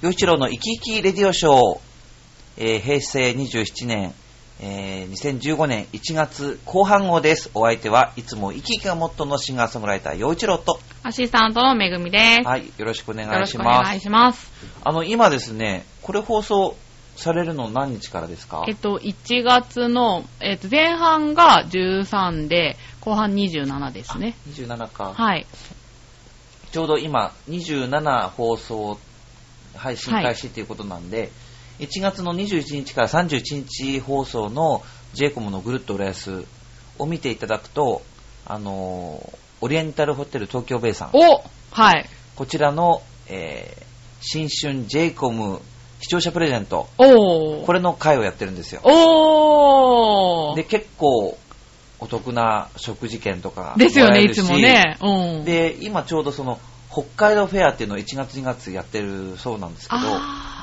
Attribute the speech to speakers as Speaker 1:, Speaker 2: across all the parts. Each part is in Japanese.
Speaker 1: 洋一郎の生き生きレディオショー、えー平成27年、えー2015年1月後半号です。お相手はいつも生き生きがモットーのシンガーソングライター洋一郎と、
Speaker 2: アシスタントのめぐみです。
Speaker 1: はい、よろしくお願
Speaker 2: よろ
Speaker 1: い
Speaker 2: し
Speaker 1: し
Speaker 2: くお
Speaker 1: ま
Speaker 2: 願
Speaker 1: す。
Speaker 2: いします。
Speaker 1: あの、今ですね、これ放送されるの何日からですか
Speaker 2: えっと、1月の、えっと、前半が13で、後半27ですね。
Speaker 1: ?27 か。
Speaker 2: はい。
Speaker 1: ちょうど今、27放送配信開始ということなんで、1月の21日から31日放送の j コムのぐるっと浦安を見ていただくと、あのーオリエンタルホテル東京ベイさん、
Speaker 2: おはい。
Speaker 1: こちらの、えー新春 j コム視聴者プレゼント、
Speaker 2: おー。
Speaker 1: これの会をやってるんですよ。
Speaker 2: おー
Speaker 1: で、結構お得な食事券とか
Speaker 2: ですよ
Speaker 1: もら
Speaker 2: ね、
Speaker 1: え
Speaker 2: い
Speaker 1: る
Speaker 2: つ
Speaker 1: し
Speaker 2: もね。うん。
Speaker 1: で、今ちょうどその、北海道フェアっていうのを1月2月やってるそうなんですけど、
Speaker 2: あ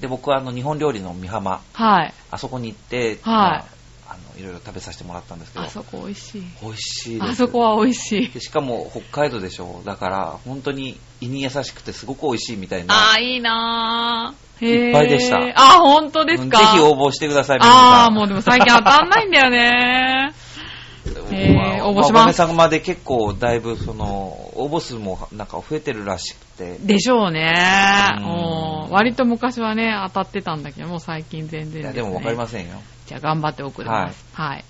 Speaker 1: で、僕はあの、日本料理の美浜、
Speaker 2: ー。はい。
Speaker 1: あそこに行って、
Speaker 2: い
Speaker 1: まあ、あの、いろいろ食べさせてもらったんですけど
Speaker 2: あ、そこ美味しい。
Speaker 1: 美味しいです。
Speaker 2: あそこは美味しい
Speaker 1: で。しかも北海道でしょ。だから、本当に胃に優しくてすごく美味しいみたいな。
Speaker 2: あー、いいなー。へー
Speaker 1: いっぱいでした
Speaker 2: あー、本当ですか
Speaker 1: ぜひ応募してください、皆さん
Speaker 2: あー、もうでも最近当たんないんだよねへー
Speaker 1: まあ
Speaker 2: 応募します
Speaker 1: おかげさまで結構、だいぶ、その、応募数もなんか増えてるらしくて。
Speaker 2: でしょうね。
Speaker 1: うん
Speaker 2: うん割と昔はね、当たってたんだけど、もう最近
Speaker 1: い
Speaker 2: 全然で
Speaker 1: や、
Speaker 2: す、ね。
Speaker 1: でもわかりませんよ。
Speaker 2: じゃあ頑張って送ります。はい。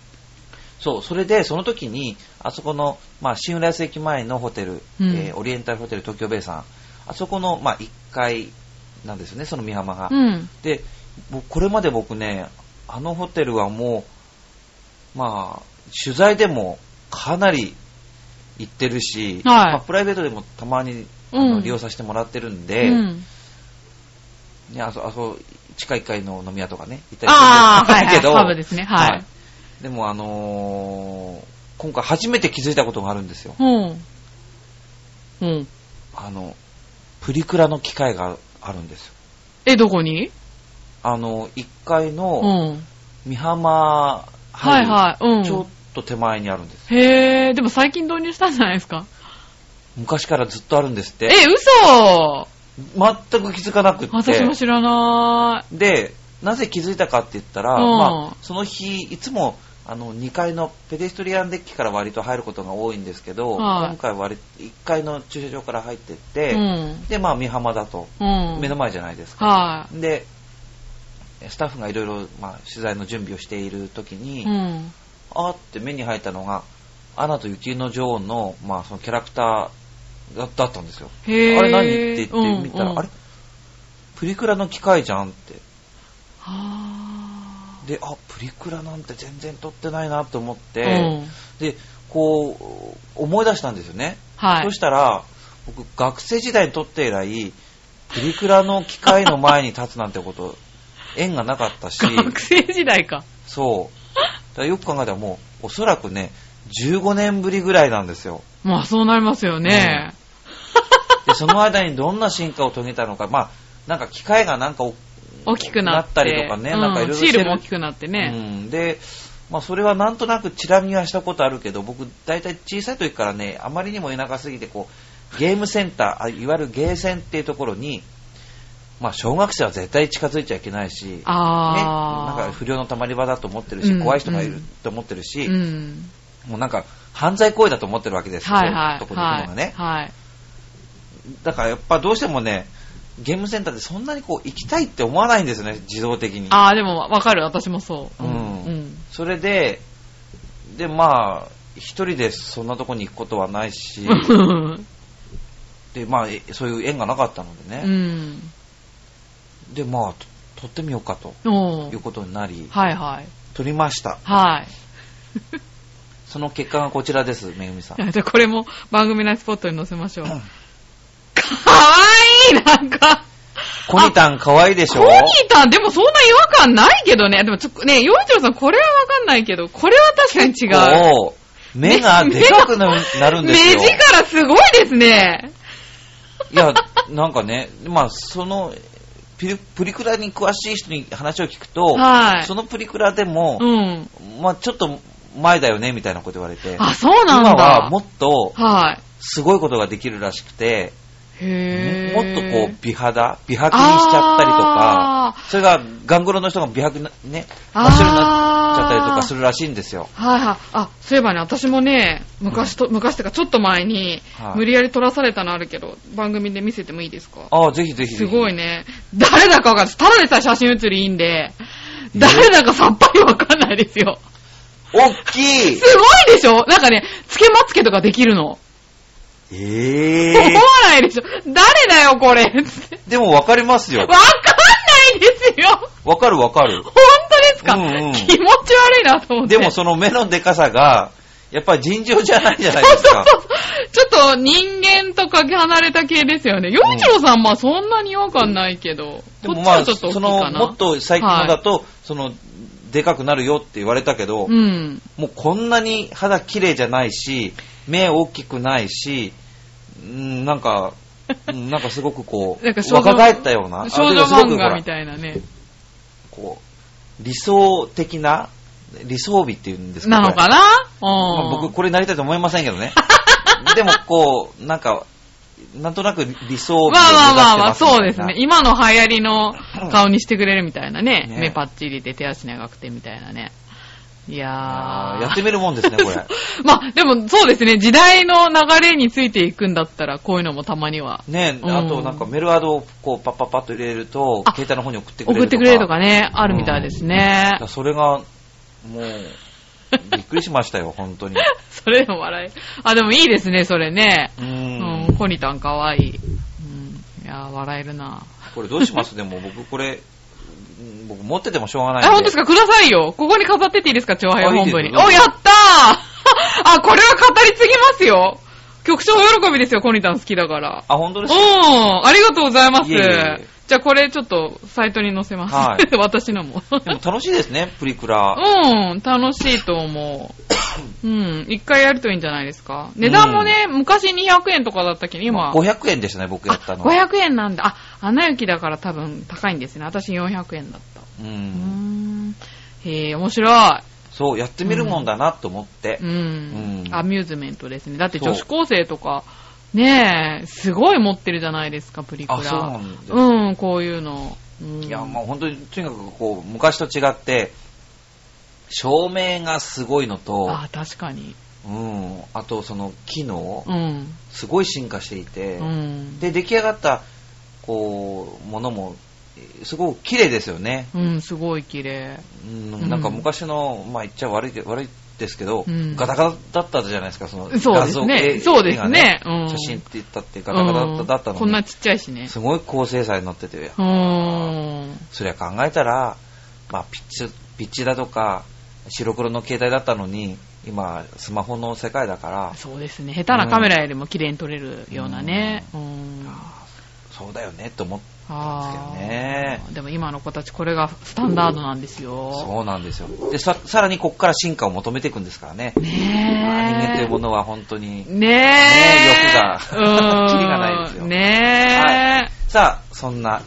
Speaker 1: そう、それで、その時に、あそこの、まあ、新浦安駅前のホテル、
Speaker 2: うん
Speaker 1: えーオリエンタルホテル東京ベイさん、あそこの、まあ、1階なんですよね、その美浜が。
Speaker 2: うん。
Speaker 1: で、僕これまで僕ね、あのホテルはもう、まあ、取材でもかなり行ってるし、
Speaker 2: はい
Speaker 1: まあ、プライベートでもたまにあ
Speaker 2: う
Speaker 1: の
Speaker 2: ん
Speaker 1: 利用させてもらってるんで、
Speaker 2: うん、
Speaker 1: ね、あそ、あそ、地下1階の飲み屋とかね、行ったり
Speaker 2: ああ、
Speaker 1: す
Speaker 2: は
Speaker 1: る
Speaker 2: い、
Speaker 1: ん
Speaker 2: はい。
Speaker 1: けど、
Speaker 2: パブですね。はい。
Speaker 1: でもあのー今回初めて気づいたことがあるんですよ。
Speaker 2: うん。うん。
Speaker 1: あの、プリクラの機械があるんですよ。
Speaker 2: え、どこに
Speaker 1: あの、1階
Speaker 2: う
Speaker 1: の
Speaker 2: ん。
Speaker 1: 美浜
Speaker 2: はい
Speaker 1: 入
Speaker 2: はい。う
Speaker 1: る
Speaker 2: ん。
Speaker 1: ちょっと手前にあるんです。
Speaker 2: へえ、でも最近導入したんじゃないですか。
Speaker 1: 昔からずっとあるんですって。
Speaker 2: え、嘘
Speaker 1: 全く気づかなくっ
Speaker 2: 私も
Speaker 1: て。
Speaker 2: 知らな
Speaker 1: で、なぜ気づいたかって言ったら、
Speaker 2: うん
Speaker 1: まあ、その日、いつも、あの、2階のペデストリアンデッキから割と入ることが多いんですけど、
Speaker 2: はい
Speaker 1: 今回割、1階の駐車場から入ってっ
Speaker 2: い。
Speaker 1: て、
Speaker 2: うん。
Speaker 1: で、まあ、美浜だと。
Speaker 2: うん。
Speaker 1: 目の前じゃないですか。
Speaker 2: は
Speaker 1: で、スタッフがいろいろ、まあ、取材の準備をしている時
Speaker 2: い。
Speaker 1: に、
Speaker 2: うん。
Speaker 1: あーって目に入ったのが、アナと雪の女王の、まあ、そのキャラクターだだったんですよ。あ
Speaker 2: へえ。
Speaker 1: れ何って言ってみたら、
Speaker 2: うんうん
Speaker 1: あれプリクラの機械じゃんって。
Speaker 2: あ
Speaker 1: で、あ、プリクラなんて全然撮ってないなと思っ
Speaker 2: ー
Speaker 1: て、
Speaker 2: うん。
Speaker 1: で、こう、思い出したんですよね。
Speaker 2: はい
Speaker 1: そ。したら、僕、学生時代に撮って以来、プリクラの機械の前に立つなんてこと、 縁がなかったし、
Speaker 2: 学生時代か。
Speaker 1: そう。だからよく考えたらもう、おそらくね、15年ぶりぐらいなんですよ。
Speaker 2: まあそうなりますよね。
Speaker 1: で、その間にどんな進化を遂げたのか、まあ、なんか機械がなんかお、
Speaker 2: 大きくなって。
Speaker 1: なったりとかね
Speaker 2: う
Speaker 1: なんかいろいろして
Speaker 2: シ
Speaker 1: る
Speaker 2: ールも大きくなってね。
Speaker 1: うん、で、まあ、それはなんとなくチラ見はしたことあるけど、僕、大体小さい時からね、あまりにも田舎すぎて、こう、ゲームセンター、あいわゆるゲーセンっていうところに、まあ、小学生は絶対近づいちゃいけないし、ね、な
Speaker 2: あ
Speaker 1: ん
Speaker 2: ー。
Speaker 1: か不良のたまり場だと思ってるし、
Speaker 2: うん
Speaker 1: 怖い人がいうる
Speaker 2: ん
Speaker 1: と思ってるし、
Speaker 2: うん。
Speaker 1: もうなんか、犯罪行為だと思ってるわけですよ、
Speaker 2: はいはい。
Speaker 1: そういうとこに行くのがね。
Speaker 2: はい。
Speaker 1: だからやっぱどうしてもね、ゲームセンターでそんなにこう行きたいって思わないんですよね、自動的に。
Speaker 2: あー、でもわかる。私もそう。
Speaker 1: うん
Speaker 2: うん。
Speaker 1: それで、で、まあ、一人でそんなとこに行くことはない し、で、まあ、えそういう縁がなかったので
Speaker 2: う
Speaker 1: ね、
Speaker 2: ん。
Speaker 1: で、まあ、と撮ってみようかと
Speaker 2: お
Speaker 1: いう
Speaker 2: ー
Speaker 1: ことになり、
Speaker 2: はいはい。
Speaker 1: 撮りました。
Speaker 2: はい。
Speaker 1: その結果がこちらです、めぐみさん。
Speaker 2: じゃあこれも番組内スポットに載せ ましょう。かわいいなんか。
Speaker 1: コニタン可愛いでし
Speaker 2: コ
Speaker 1: ょ
Speaker 2: ニータン、でもそんな違和感ないけどね。でもちょっとね、洋一郎さん、これはわかんないけど、これは確かに違う。
Speaker 1: こう目がでかくななるん
Speaker 2: 目
Speaker 1: ですよ。
Speaker 2: 力すごいですね。
Speaker 1: いや、なんかね、まあ、その、ピリプリクラに詳しい人に話を聞くと、
Speaker 2: はい
Speaker 1: そのプリクラでも、
Speaker 2: うん。
Speaker 1: まあ、ちょっと前だよね、みたいなこと言われて、
Speaker 2: あ、そうなんだ。
Speaker 1: 今はもっと
Speaker 2: はい。
Speaker 1: すごいことができるらしくて、
Speaker 2: へ
Speaker 1: もっとこう美肌美白にしちゃったりと
Speaker 2: あ
Speaker 1: か
Speaker 2: ー
Speaker 1: それがガングロの人が美白なね真
Speaker 2: あー
Speaker 1: っ白になっちゃったりとかするらしいんですよ
Speaker 2: はいはい。あ、そういえばね、私もね、昔と、昔とかちょっと前に
Speaker 1: は、い
Speaker 2: 無理やり撮らされたのあるけど、番組で見せてもいいですか
Speaker 1: ああぜひぜひぜ
Speaker 2: す
Speaker 1: ひ
Speaker 2: ごいね。誰だかわかんないです。ただでさえ写真写りいいんで、誰だかさっぱりわかんないですよ。
Speaker 1: 大き い
Speaker 2: すごいでしょなんかね、つけまつけとかできるの。
Speaker 1: え
Speaker 2: 思わ
Speaker 1: え
Speaker 2: ないでしょ誰だよ、これつって
Speaker 1: でもわかりますよ
Speaker 2: わかんないですよ
Speaker 1: わかるわかる
Speaker 2: 本当ですか、
Speaker 1: うんうん
Speaker 2: 気持ち悪いなと思って。
Speaker 1: でもその目のでかさがやっぱり尋常じゃないじゃないで
Speaker 2: そう
Speaker 1: す
Speaker 2: そう
Speaker 1: か
Speaker 2: そう。ちょっと人間とかけ離れた系ですよね。洋一郎さん、まあそんなに違和感ないけど、
Speaker 1: で
Speaker 2: こ
Speaker 1: も
Speaker 2: っち
Speaker 1: まあ
Speaker 2: はちょっと大き
Speaker 1: そ
Speaker 2: いか
Speaker 1: の
Speaker 2: な。
Speaker 1: もっと最近のだと、そのでかくなるよって言われたけど、
Speaker 2: うん。
Speaker 1: もうこんなに肌綺麗じゃないし、目大きくないし、うん、なんか、うんなんかすごくこう、
Speaker 2: なんか少女
Speaker 1: 若返ったような、あ
Speaker 2: 少
Speaker 1: で
Speaker 2: 女
Speaker 1: もすごく
Speaker 2: 漫
Speaker 1: ほ
Speaker 2: 画
Speaker 1: ら
Speaker 2: みたいなね。
Speaker 1: こう、理想的な、理想美っていうんですか
Speaker 2: なのか
Speaker 1: な、
Speaker 2: な
Speaker 1: これまあ
Speaker 2: うん。
Speaker 1: 僕これになりたいと思いませんけ どね。でもこう、なんか、なんとなく理想美を目指して
Speaker 2: ま
Speaker 1: ます
Speaker 2: あまあ
Speaker 1: みたい
Speaker 2: ま
Speaker 1: な
Speaker 2: あまあ、そうですね。。今の流行りの顔にしてくれるみたいなね。
Speaker 1: ね
Speaker 2: 目パッチリで手足長くてみたいなね。いや
Speaker 1: あ
Speaker 2: ー。
Speaker 1: ーやってみるもんですね、これ。
Speaker 2: まあ、でもそうですね。時代の流れについていくんだったら、こういうのもたまには
Speaker 1: ね
Speaker 2: うん
Speaker 1: あとなんかメールアドをこうパッパッパッと入れると
Speaker 2: あ、
Speaker 1: 携帯の方に送ってくれるとか。
Speaker 2: 送ってくれるとかね、あるみたいですね
Speaker 1: だか。らそれが、もう、びっくりしました よ、本当に。
Speaker 2: それでも笑い。あ、でもいいですね、それね。
Speaker 1: うー
Speaker 2: うん
Speaker 1: ん、
Speaker 2: コニタンかわいい。うん、いやー、笑えるな。
Speaker 1: これどうしますでも僕これ、うん僕持っててもしょうがないん
Speaker 2: あ、本当です
Speaker 1: か
Speaker 2: かくださいよ。ここに飾ってっていいですか、長輩本部
Speaker 1: あいい
Speaker 2: に。
Speaker 1: ですよ
Speaker 2: お、やったー あ、これは語り継ぎますよ。局長喜びですよ、コニタン好きだから。
Speaker 1: あ、本当で
Speaker 2: うん
Speaker 1: すか、
Speaker 2: ありがとうございます。
Speaker 1: いえいえ
Speaker 2: じゃあこれちょっとサイトに載せます。
Speaker 1: は
Speaker 2: 私のも。
Speaker 1: でも楽しいですね、プリクラ。
Speaker 2: うん、楽しいと思う。うん、一回やるといいんじゃないですか。値段もね、昔200円とかだったけど、今、
Speaker 1: 500円でしたね、僕やったの。
Speaker 2: あ500円なんだ。あ、穴雪だから多分高いんですね。私400円だった。
Speaker 1: う。
Speaker 2: うんん。へえ、面白
Speaker 1: そう、やってみるもんだなと思って
Speaker 2: い。う。ん
Speaker 1: う。ん
Speaker 2: アミューズメントですね。だって女子高生とか、ねえ、すごい持ってるじゃないですか、プリクラ。
Speaker 1: あ、そうなんです、
Speaker 2: うん、こういうの。うん、
Speaker 1: いや、もう本当に、とにかくこう、昔と違って、照明がすごいのと、
Speaker 2: あ、確かに。
Speaker 1: うん、あとその機能、
Speaker 2: うん。
Speaker 1: すごい進化していて、
Speaker 2: うん。
Speaker 1: で出来上がったこうものもえーすごく綺麗ですよね、
Speaker 2: うん、すごい綺麗。
Speaker 1: うん、なんか昔の、まあ、言っちゃ悪いけ悪いですけど、
Speaker 2: うん
Speaker 1: ガタガタだったじゃないですかその
Speaker 2: そうですね
Speaker 1: 画像絵
Speaker 2: そうですね
Speaker 1: 絵が
Speaker 2: うん
Speaker 1: 写真って言ったってガタガタだった
Speaker 2: うん
Speaker 1: の
Speaker 2: こん
Speaker 1: に、
Speaker 2: なちっちゃいしね。
Speaker 1: すごい高精細になってて、
Speaker 2: うーん。
Speaker 1: そりゃ考えたら、まあ、ピッチピッチだとか白黒の携帯だったのに今スマホの世界だから
Speaker 2: そうですね。下手なカメラよりも綺麗に撮れるようなね。うん。
Speaker 1: そうだよねと思って
Speaker 2: あ
Speaker 1: ですよね
Speaker 2: ーでも今の子たちこれがスタンダードなんですよ。
Speaker 1: そうなんですよでささらにここから進化を求めていくんですからね
Speaker 2: ね
Speaker 1: アニメというも
Speaker 2: え。
Speaker 1: のは本当に。
Speaker 2: ね
Speaker 1: ね
Speaker 2: え。
Speaker 1: え欲が
Speaker 2: うん
Speaker 1: キリがないですよは
Speaker 2: ね
Speaker 1: いさあ、そんな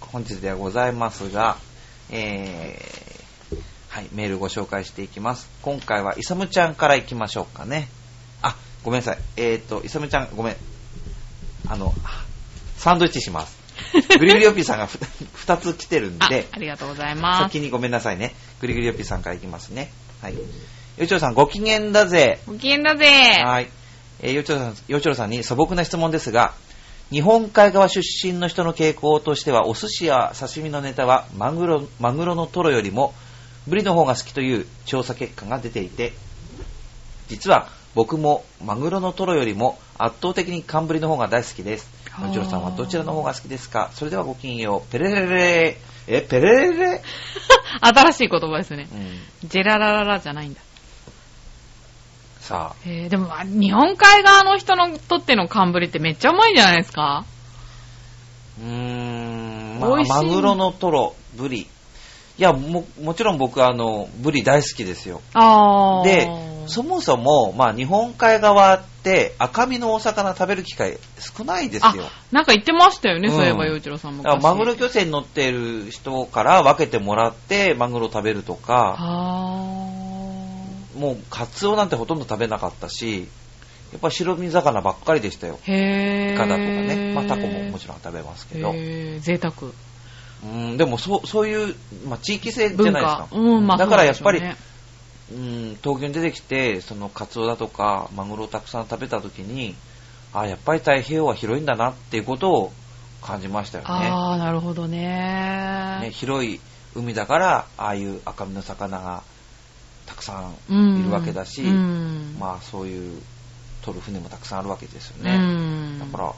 Speaker 1: 本日ではございますが、えー、はい、メールご紹介していきます。今回はイサムちゃんからいきましょうかね。あ、ごめんなさい。えっ、ー、と、イサムちゃん、ごめん。あの、サンドイッチし ます。グリグリオピーさんが2つ来てるん
Speaker 2: あ
Speaker 1: で、
Speaker 2: ありがとうございます
Speaker 1: 先。にごめんなさいね。グリグリオピーさんからいきますね。はい。よちょうさん、ご機嫌だぜ。
Speaker 2: ご機嫌だぜ。
Speaker 1: はい。えー、よちろさん、よちろさんに素朴な質問ですが、日本海側出身の人の傾向としては、お寿司や刺身のネタはマグロ、マグロのトロよりも、ブリの方が好きという調査結果が出ていて、実は僕もマグロのトロよりも圧倒的に寒ブリの方が大好きです。
Speaker 2: あー
Speaker 1: よちろさんはどちらの方が好きですかそれではごきげんよう。ペレレレレえ、ペレレレレ、
Speaker 2: 新しい言葉ですね
Speaker 1: う。ん、
Speaker 2: ジェララララじゃないんだ。
Speaker 1: さあ、
Speaker 2: えー、でも、あ日本海側の人のとっての寒ぶりってめっちゃうまいんじゃないですか
Speaker 1: うーん、ま
Speaker 2: 美
Speaker 1: あ、
Speaker 2: 味しい
Speaker 1: マグロのトロ、ブリ。いや、も、もちろん僕、あの、ブリ大好きですよ。
Speaker 2: あー。
Speaker 1: で、そもそも、まあ、日本海側って赤身のお魚食べる機会少ないですよ。
Speaker 2: あ、なんか言ってましたよね、
Speaker 1: うん
Speaker 2: そういえば、洋一郎さんも
Speaker 1: だからマグロ漁船に乗っている人から分けてもらって、マグロ食べるとか、
Speaker 2: あー
Speaker 1: もう、カツオなんてほとんど食べなかったし、やっぱり白身魚ばっかりでしたよ。
Speaker 2: へぇ
Speaker 1: イカだとかね。まあタコももちろん食べますけど。
Speaker 2: へぇ贅沢。
Speaker 1: うん、でもそう、そういう、まあ地域性じゃ
Speaker 2: 文
Speaker 1: ないです
Speaker 2: 化
Speaker 1: か。。
Speaker 2: うん、まあ
Speaker 1: だからやっぱり、
Speaker 2: そううなん
Speaker 1: ん、
Speaker 2: で
Speaker 1: 東京に出てきて、そのカツオだとか、マグロをたくさん食べた時に、あやっぱり太平洋は広いんだなっていうことを感じました
Speaker 2: しょうね
Speaker 1: よ
Speaker 2: ああ、なるほど
Speaker 1: ね。ね
Speaker 2: ね。
Speaker 1: 広い海だから、ああいう赤身の魚がたくさ
Speaker 2: うん
Speaker 1: んいるわけだし、
Speaker 2: うん
Speaker 1: まあそういう、取る船もたくさんあるわけですよ
Speaker 2: う
Speaker 1: ね。
Speaker 2: ん
Speaker 1: だから、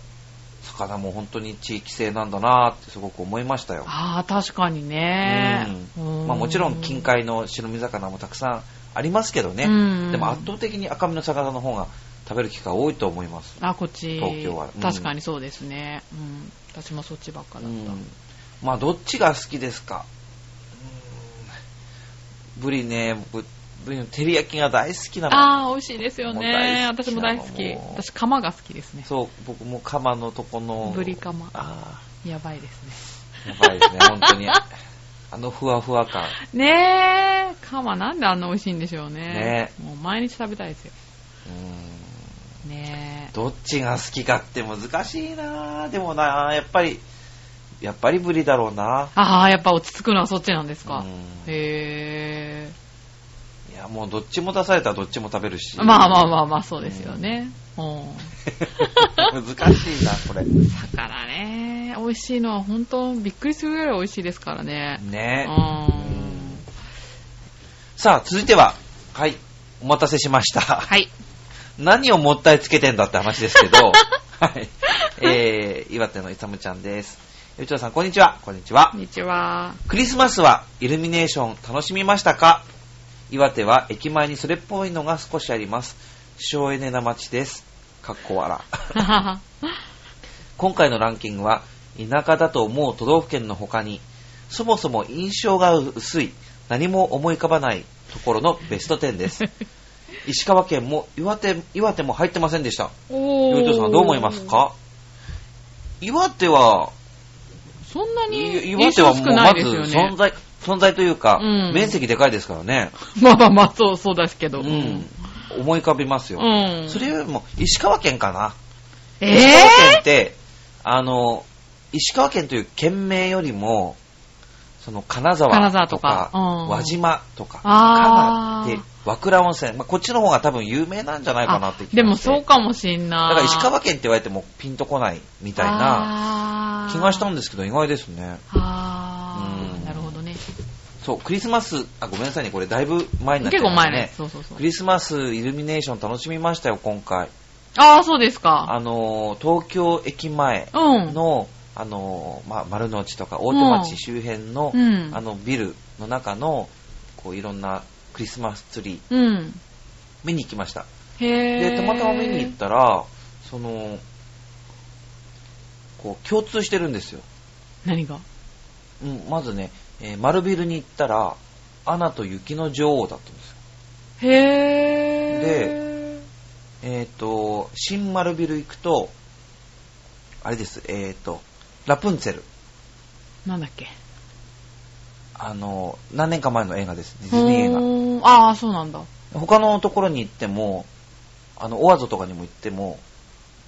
Speaker 1: 魚も本当に地域性なんだなってすごく思いましたよ。
Speaker 2: ああ、確かにね。
Speaker 1: うんまあ、もちろん近海の白身魚もたくさんありますけどね、
Speaker 2: うん
Speaker 1: でも圧倒的に赤身の魚の方が食べる機会多いと思います、
Speaker 2: あ、こっち。
Speaker 1: 東京はうん
Speaker 2: 確かにそうですね。うん。私もそっちばっかだっ
Speaker 1: うんまあどっちが好きですかうんブリね僕ブリの照り焼きが大好きな
Speaker 2: た。
Speaker 1: の
Speaker 2: ああ、美味しいですよ
Speaker 1: もう大
Speaker 2: ね。
Speaker 1: 好き
Speaker 2: 私も大好き
Speaker 1: なの。もう
Speaker 2: 私、釜が好きですね。
Speaker 1: そう僕も釜のとこの
Speaker 2: ブリカマ
Speaker 1: あ
Speaker 2: やばいです
Speaker 1: あやばいです ね本当にあのふわふわ感
Speaker 2: ね。ねえ、釜なんであんな美味しいんでしょうね
Speaker 1: ね。
Speaker 2: もう毎日食べたいですよ。
Speaker 1: うん
Speaker 2: ねえ。
Speaker 1: どっちが好きかって難しいなぁでもなぁやっぱり、やっぱりブリだろうな
Speaker 2: ああ、やっぱ落ち着くのはそっちなんですか
Speaker 1: うん。
Speaker 2: へえ。
Speaker 1: いや、もうどっちも出されたらどっちも食べるし。
Speaker 2: まあまあまあまあ、そうですよね。うん。
Speaker 1: 難しいな、これ。
Speaker 2: だからね、美味しいのは本当びっくりするぐらい美味しいですからね。
Speaker 1: ね
Speaker 2: う
Speaker 1: うん
Speaker 2: ん。
Speaker 1: さあ、続いては、はい、お待たせしました。
Speaker 2: はい。
Speaker 1: 何をもったいつけてんだって話ですけ ど、はい。えー、岩手のいさむちゃんです。よちょうさん、こんにちは。こんにちは
Speaker 2: こん。に ちは。
Speaker 1: クリスマスはイルミネーション楽しみましたか岩手は駅前にそれっぽいのが少しあります。省エネな街です。かっこわら。今回のランキングは田舎だと思う都道府県の他に、そもそも印象が薄い、何も思い浮かばないところのベスト10です。 石川県も岩手岩手も入ってませんでした。
Speaker 2: お
Speaker 1: 洋一郎さんどう思いますか岩手は
Speaker 2: そんないに
Speaker 1: 岩
Speaker 2: 印
Speaker 1: 手は
Speaker 2: 象
Speaker 1: も
Speaker 2: 少
Speaker 1: う
Speaker 2: な
Speaker 1: ま
Speaker 2: いで
Speaker 1: ず
Speaker 2: すよ
Speaker 1: 存
Speaker 2: ね。
Speaker 1: 在、存在というか、
Speaker 2: うん
Speaker 1: 面積でかいですからね。
Speaker 2: まあまあまあ、そう、そうですけど。
Speaker 1: うん。思い浮かびますよ。
Speaker 2: うん。
Speaker 1: それよりも、石川県かな。
Speaker 2: え
Speaker 1: 石川県っ
Speaker 2: ぇ
Speaker 1: て、あの、石川県という県名よりも、その、金
Speaker 2: 金
Speaker 1: 沢
Speaker 2: 沢
Speaker 1: と
Speaker 2: と
Speaker 1: か
Speaker 2: か、うん
Speaker 1: 輪島とか、
Speaker 2: あー
Speaker 1: 金で、和倉温泉。まあ、こっちの方が多分有名なんじゃないかなって気がして
Speaker 2: でもそうかもしん
Speaker 1: だ
Speaker 2: な
Speaker 1: か
Speaker 2: い。
Speaker 1: ら石川県って言われてもピンとこないみたいな
Speaker 2: な
Speaker 1: 気がしたん
Speaker 2: で
Speaker 1: ですけど、意外ですね。
Speaker 2: あ
Speaker 1: うん
Speaker 2: ー、なるほどね。
Speaker 1: そう、クリスマス、あ、ごめんなさいね、これだいぶ前になっちゃ
Speaker 2: 結
Speaker 1: いま
Speaker 2: 構
Speaker 1: した
Speaker 2: 前
Speaker 1: ね。
Speaker 2: ね。そうそうそう
Speaker 1: ク。リスマスイルミネーション楽しみましたよ、今回。
Speaker 2: あー、そうですか。
Speaker 1: あのー、東京駅前
Speaker 2: うん。
Speaker 1: の、あのー、まあ、丸の内とか大手町周辺の、
Speaker 2: うん
Speaker 1: あの、ビルの中の、こう、いろんなクリスマスツリー、
Speaker 2: うん。
Speaker 1: 見に行きました。
Speaker 2: へぇ
Speaker 1: で、たまたま見に行ったら、その、こう、共通してるんですよ。
Speaker 2: 何が
Speaker 1: うん、まずね、えー丸ビルに行ったら、アナと雪の女王だったんですよ。
Speaker 2: へぇ
Speaker 1: でえっ、と、新丸ビル行くと、あれです、えっ、と、ラプンツェル。
Speaker 2: なんだっけ
Speaker 1: あの、何年か前の映画です。ディズニー映
Speaker 2: 映画。ああ、そうなんだ。
Speaker 1: 画。他のところに行っても、あの、オアゾとかにも行っても、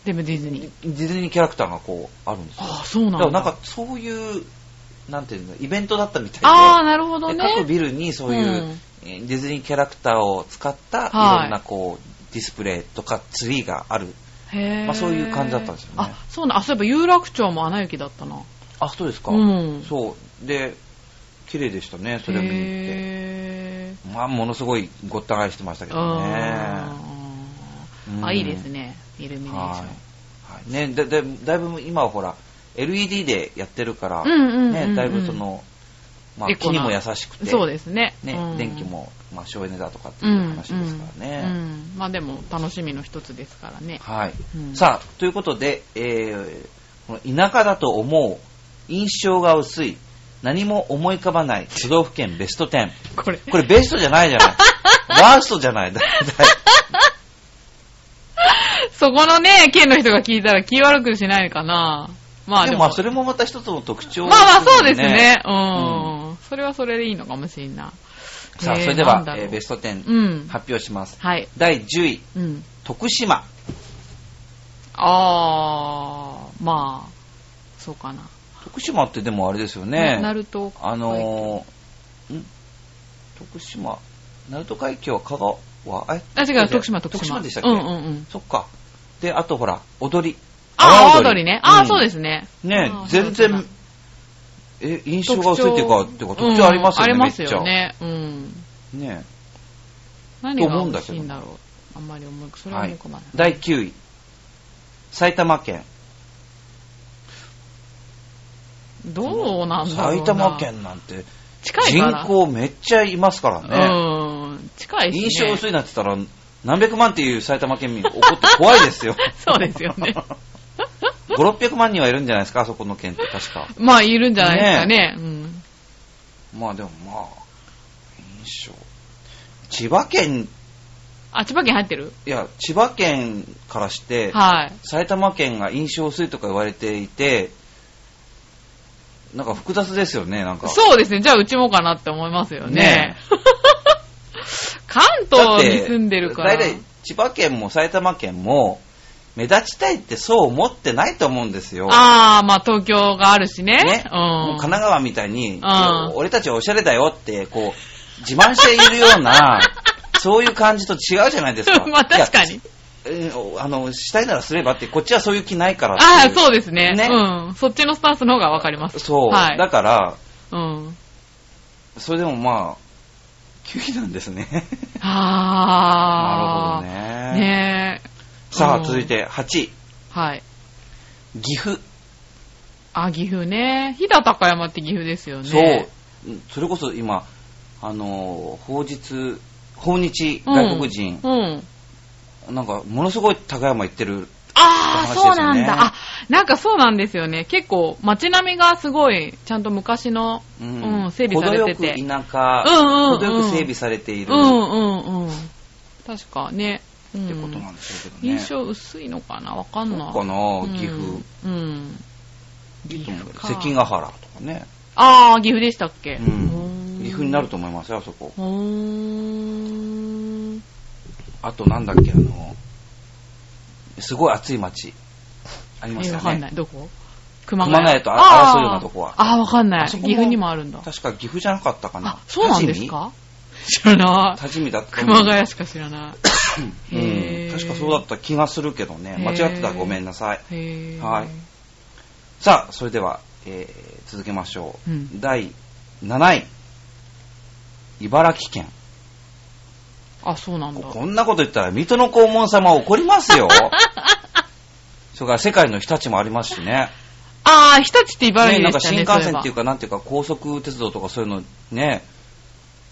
Speaker 2: でもディズ
Speaker 1: デ
Speaker 2: ニ
Speaker 1: ィ。
Speaker 2: ー
Speaker 1: ディズニーキャラクターがこう、あるんですよ。
Speaker 2: ああ、そうなん
Speaker 1: だ
Speaker 2: だ。
Speaker 1: からなんか、そういう、なんていうの、イベントだったみたいで、
Speaker 2: ああ、なるほど
Speaker 1: で
Speaker 2: ね。
Speaker 1: 各ビルにそういう、
Speaker 2: うん
Speaker 1: えーディズニーキャラクターを使った、い
Speaker 2: はい
Speaker 1: ろんなこう、ディスプレイとかツリーがある。
Speaker 2: へー
Speaker 1: まあそういう感じだったんですよね
Speaker 2: あ、そうなんあ、そういえば有楽町も穴行きだったな。
Speaker 1: あ、そうですか。
Speaker 2: うん
Speaker 1: そう。で、綺麗でしたね、それを見に行って。
Speaker 2: へ
Speaker 1: まあ、ものすごいごった返してましたけ
Speaker 2: ぇー。
Speaker 1: どね。
Speaker 2: うん
Speaker 1: う
Speaker 2: あ、
Speaker 1: ん
Speaker 2: いいですね。イルミネーシ
Speaker 1: はい。はい、ねだだ、だいぶ今はほら、LED でやってるから、
Speaker 2: うんうんうんうん
Speaker 1: ね、だいぶその、まあ、
Speaker 2: エ
Speaker 1: 木
Speaker 2: コな
Speaker 1: にも優しく
Speaker 2: ョン。
Speaker 1: て、
Speaker 2: そうですね。
Speaker 1: ね
Speaker 2: うん
Speaker 1: 電気。も、まあ、省エネだとかって
Speaker 2: う
Speaker 1: い
Speaker 2: ん
Speaker 1: う話ですからね。
Speaker 2: うんうんまあでも楽しみの一つですからね。
Speaker 1: はい、
Speaker 2: うん
Speaker 1: さあ、ということで、えーこの田舎だと思う、印象が薄い、何も思い浮かばない都道府県ベスト10。
Speaker 2: これ。
Speaker 1: これベストじゃないじゃない。ワーストじゃない。だいたい
Speaker 2: そこのね、県の人が聞いたら気悪くしないかな。まあ
Speaker 1: で
Speaker 2: で
Speaker 1: も
Speaker 2: も。
Speaker 1: まあそれもまた一つの特徴
Speaker 2: まあまあそうですね。う
Speaker 1: うん
Speaker 2: ん。それはそれでいいのかもしれな
Speaker 1: さあ、
Speaker 2: えー
Speaker 1: それでは
Speaker 2: なんだ、ろう
Speaker 1: えーベスト
Speaker 2: い。う
Speaker 1: 10
Speaker 2: ん。
Speaker 1: 発表します。
Speaker 2: はい。
Speaker 1: 第10位、
Speaker 2: うん。
Speaker 1: 徳島。
Speaker 2: あー、まあ、そうかな。
Speaker 1: 徳島ってでもあれですよ
Speaker 2: な
Speaker 1: ね。
Speaker 2: 鳴門海峡
Speaker 1: あのー、ん徳島、鳴門海峡は香川、え
Speaker 2: あ、違う、徳島、
Speaker 1: 徳
Speaker 2: 徳島。
Speaker 1: 島でしたっけ
Speaker 2: うんうんうん。
Speaker 1: そっか。で、あとほら、踊り。。
Speaker 2: あー、阿波踊りね。あー、そうですすね。
Speaker 1: ね
Speaker 2: あー
Speaker 1: 全
Speaker 2: そう
Speaker 1: 然
Speaker 2: だ、
Speaker 1: え、印象が薄いっていうか、っていうか特徴ありますよね、
Speaker 2: うんあり
Speaker 1: め
Speaker 2: ま
Speaker 1: っ
Speaker 2: す
Speaker 1: ち
Speaker 2: よ
Speaker 1: ゃ。
Speaker 2: ね。うん。
Speaker 1: ね
Speaker 2: 何が美味しいんだろう。あんまり思い、それは思い浮かばない。
Speaker 1: 第9位。埼玉県。
Speaker 2: どうなんだろうな。
Speaker 1: 埼玉県なんて、
Speaker 2: 近い
Speaker 1: 人
Speaker 2: かな
Speaker 1: 口めっちゃいますからね。
Speaker 2: うん。近いし、ね。
Speaker 1: 印象薄いなって言ったら、何百万っていう埼玉県民怒って怖いですよ。
Speaker 2: そうですよ ね。
Speaker 1: 5、600万人はいるんじゃないですか、あそこの県って確か。
Speaker 2: まあ、いるんじゃないですかね。うん。
Speaker 1: まあでもまあ、印象。千葉県、
Speaker 2: あ、千葉県入ってる
Speaker 1: いや、千葉県からして、
Speaker 2: はい。
Speaker 1: 埼玉県が印象薄いとか言われていて、なんか複雑ですよね、なんか。
Speaker 2: そうですね。じゃあ、うちもかなって思いますよね
Speaker 1: ね。
Speaker 2: 関東に住んでるから。
Speaker 1: だいたい千葉県も埼玉県も、目立ちたいってそう思ってないと思うんですよ。
Speaker 2: ああ、まあ、東京があるしね。
Speaker 1: ね、
Speaker 2: うん。
Speaker 1: もう神奈川みたいに、
Speaker 2: ん
Speaker 1: いや俺たちはおしゃれだよって、こう、自慢しているよう な、そういう感じと違うじゃないですか。
Speaker 2: まあ、確か
Speaker 1: い
Speaker 2: に。
Speaker 1: や。うんあの、したいならすればって、こっちはそういう気ないからってい
Speaker 2: ああ、そうですね
Speaker 1: ね
Speaker 2: うん。そっちのスタンスの方がわかります。
Speaker 1: そう。
Speaker 2: はい
Speaker 1: だから、
Speaker 2: うん。
Speaker 1: それでもまあ、9位なんですね。な
Speaker 2: ああ。
Speaker 1: るほどね。
Speaker 2: どね。ねえ。
Speaker 1: さ
Speaker 2: う
Speaker 1: あ、
Speaker 2: ん
Speaker 1: 続い。て8位。
Speaker 2: はい。
Speaker 1: 岐阜。
Speaker 2: あ、岐阜ね。飛騨高山って岐阜ですよね。
Speaker 1: そう。うんそれこそ今、あのー、法日、訪日外国人、
Speaker 2: うん。うん
Speaker 1: なんか、ものすごい高山行ってる。
Speaker 2: ああ、
Speaker 1: って話です
Speaker 2: そ
Speaker 1: よね
Speaker 2: うなんだ。あ、なんかそうなんですよね。結構街並みがすごい、ちゃんと昔の、
Speaker 1: う
Speaker 2: うん整備されてて
Speaker 1: 程よく田舎、
Speaker 2: うんうんうん
Speaker 1: 程よく整備されている、
Speaker 2: うん
Speaker 1: っ
Speaker 2: うんうん。確かね。うん
Speaker 1: てことなんでしょうけどね。
Speaker 2: 印象薄いのかなわかんない。
Speaker 1: そうかな岐阜
Speaker 2: うん。うん。岐
Speaker 1: と
Speaker 2: 阜
Speaker 1: 思う
Speaker 2: か
Speaker 1: 関ヶ原とかね、
Speaker 2: ああ、岐阜でしたっけ
Speaker 1: うん、岐阜になる
Speaker 2: と。
Speaker 1: と思いますよ、あそこ。
Speaker 2: うーん。
Speaker 1: あと、なんだっけ、あの、すごい暑い町、ありまし
Speaker 2: え、
Speaker 1: た
Speaker 2: わ
Speaker 1: よ
Speaker 2: かんな
Speaker 1: ね。
Speaker 2: い。どこ熊
Speaker 1: 熊谷と
Speaker 2: あー
Speaker 1: 争うようなとこは
Speaker 2: あーわかんない。
Speaker 1: あそ
Speaker 2: 岐
Speaker 1: こも
Speaker 2: 阜にもあるんだ。
Speaker 1: 確か岐阜じゃなかったかな。
Speaker 2: あ、そうなんですか知らない
Speaker 1: 多。治見多治見だったと思う
Speaker 2: 熊谷しか知らな
Speaker 1: うん
Speaker 2: へー
Speaker 1: 確かそうだった気がするけどね。間違ってたらごめんなさい。
Speaker 2: い。へー
Speaker 1: はいさあ、それでは、えー続けましょう。
Speaker 2: うん
Speaker 1: 第7位、茨城県。
Speaker 2: あ、そうなんだ。
Speaker 1: こんなこと言ったら、水戸の黄門様怒ります よ。それから世界の日立もありますしね。
Speaker 2: あー、日立って茨
Speaker 1: ねな
Speaker 2: 城で
Speaker 1: んか
Speaker 2: した
Speaker 1: 新
Speaker 2: ね。
Speaker 1: 幹線っていう
Speaker 2: う
Speaker 1: か、なんていうか、高速鉄道とかそういうのね、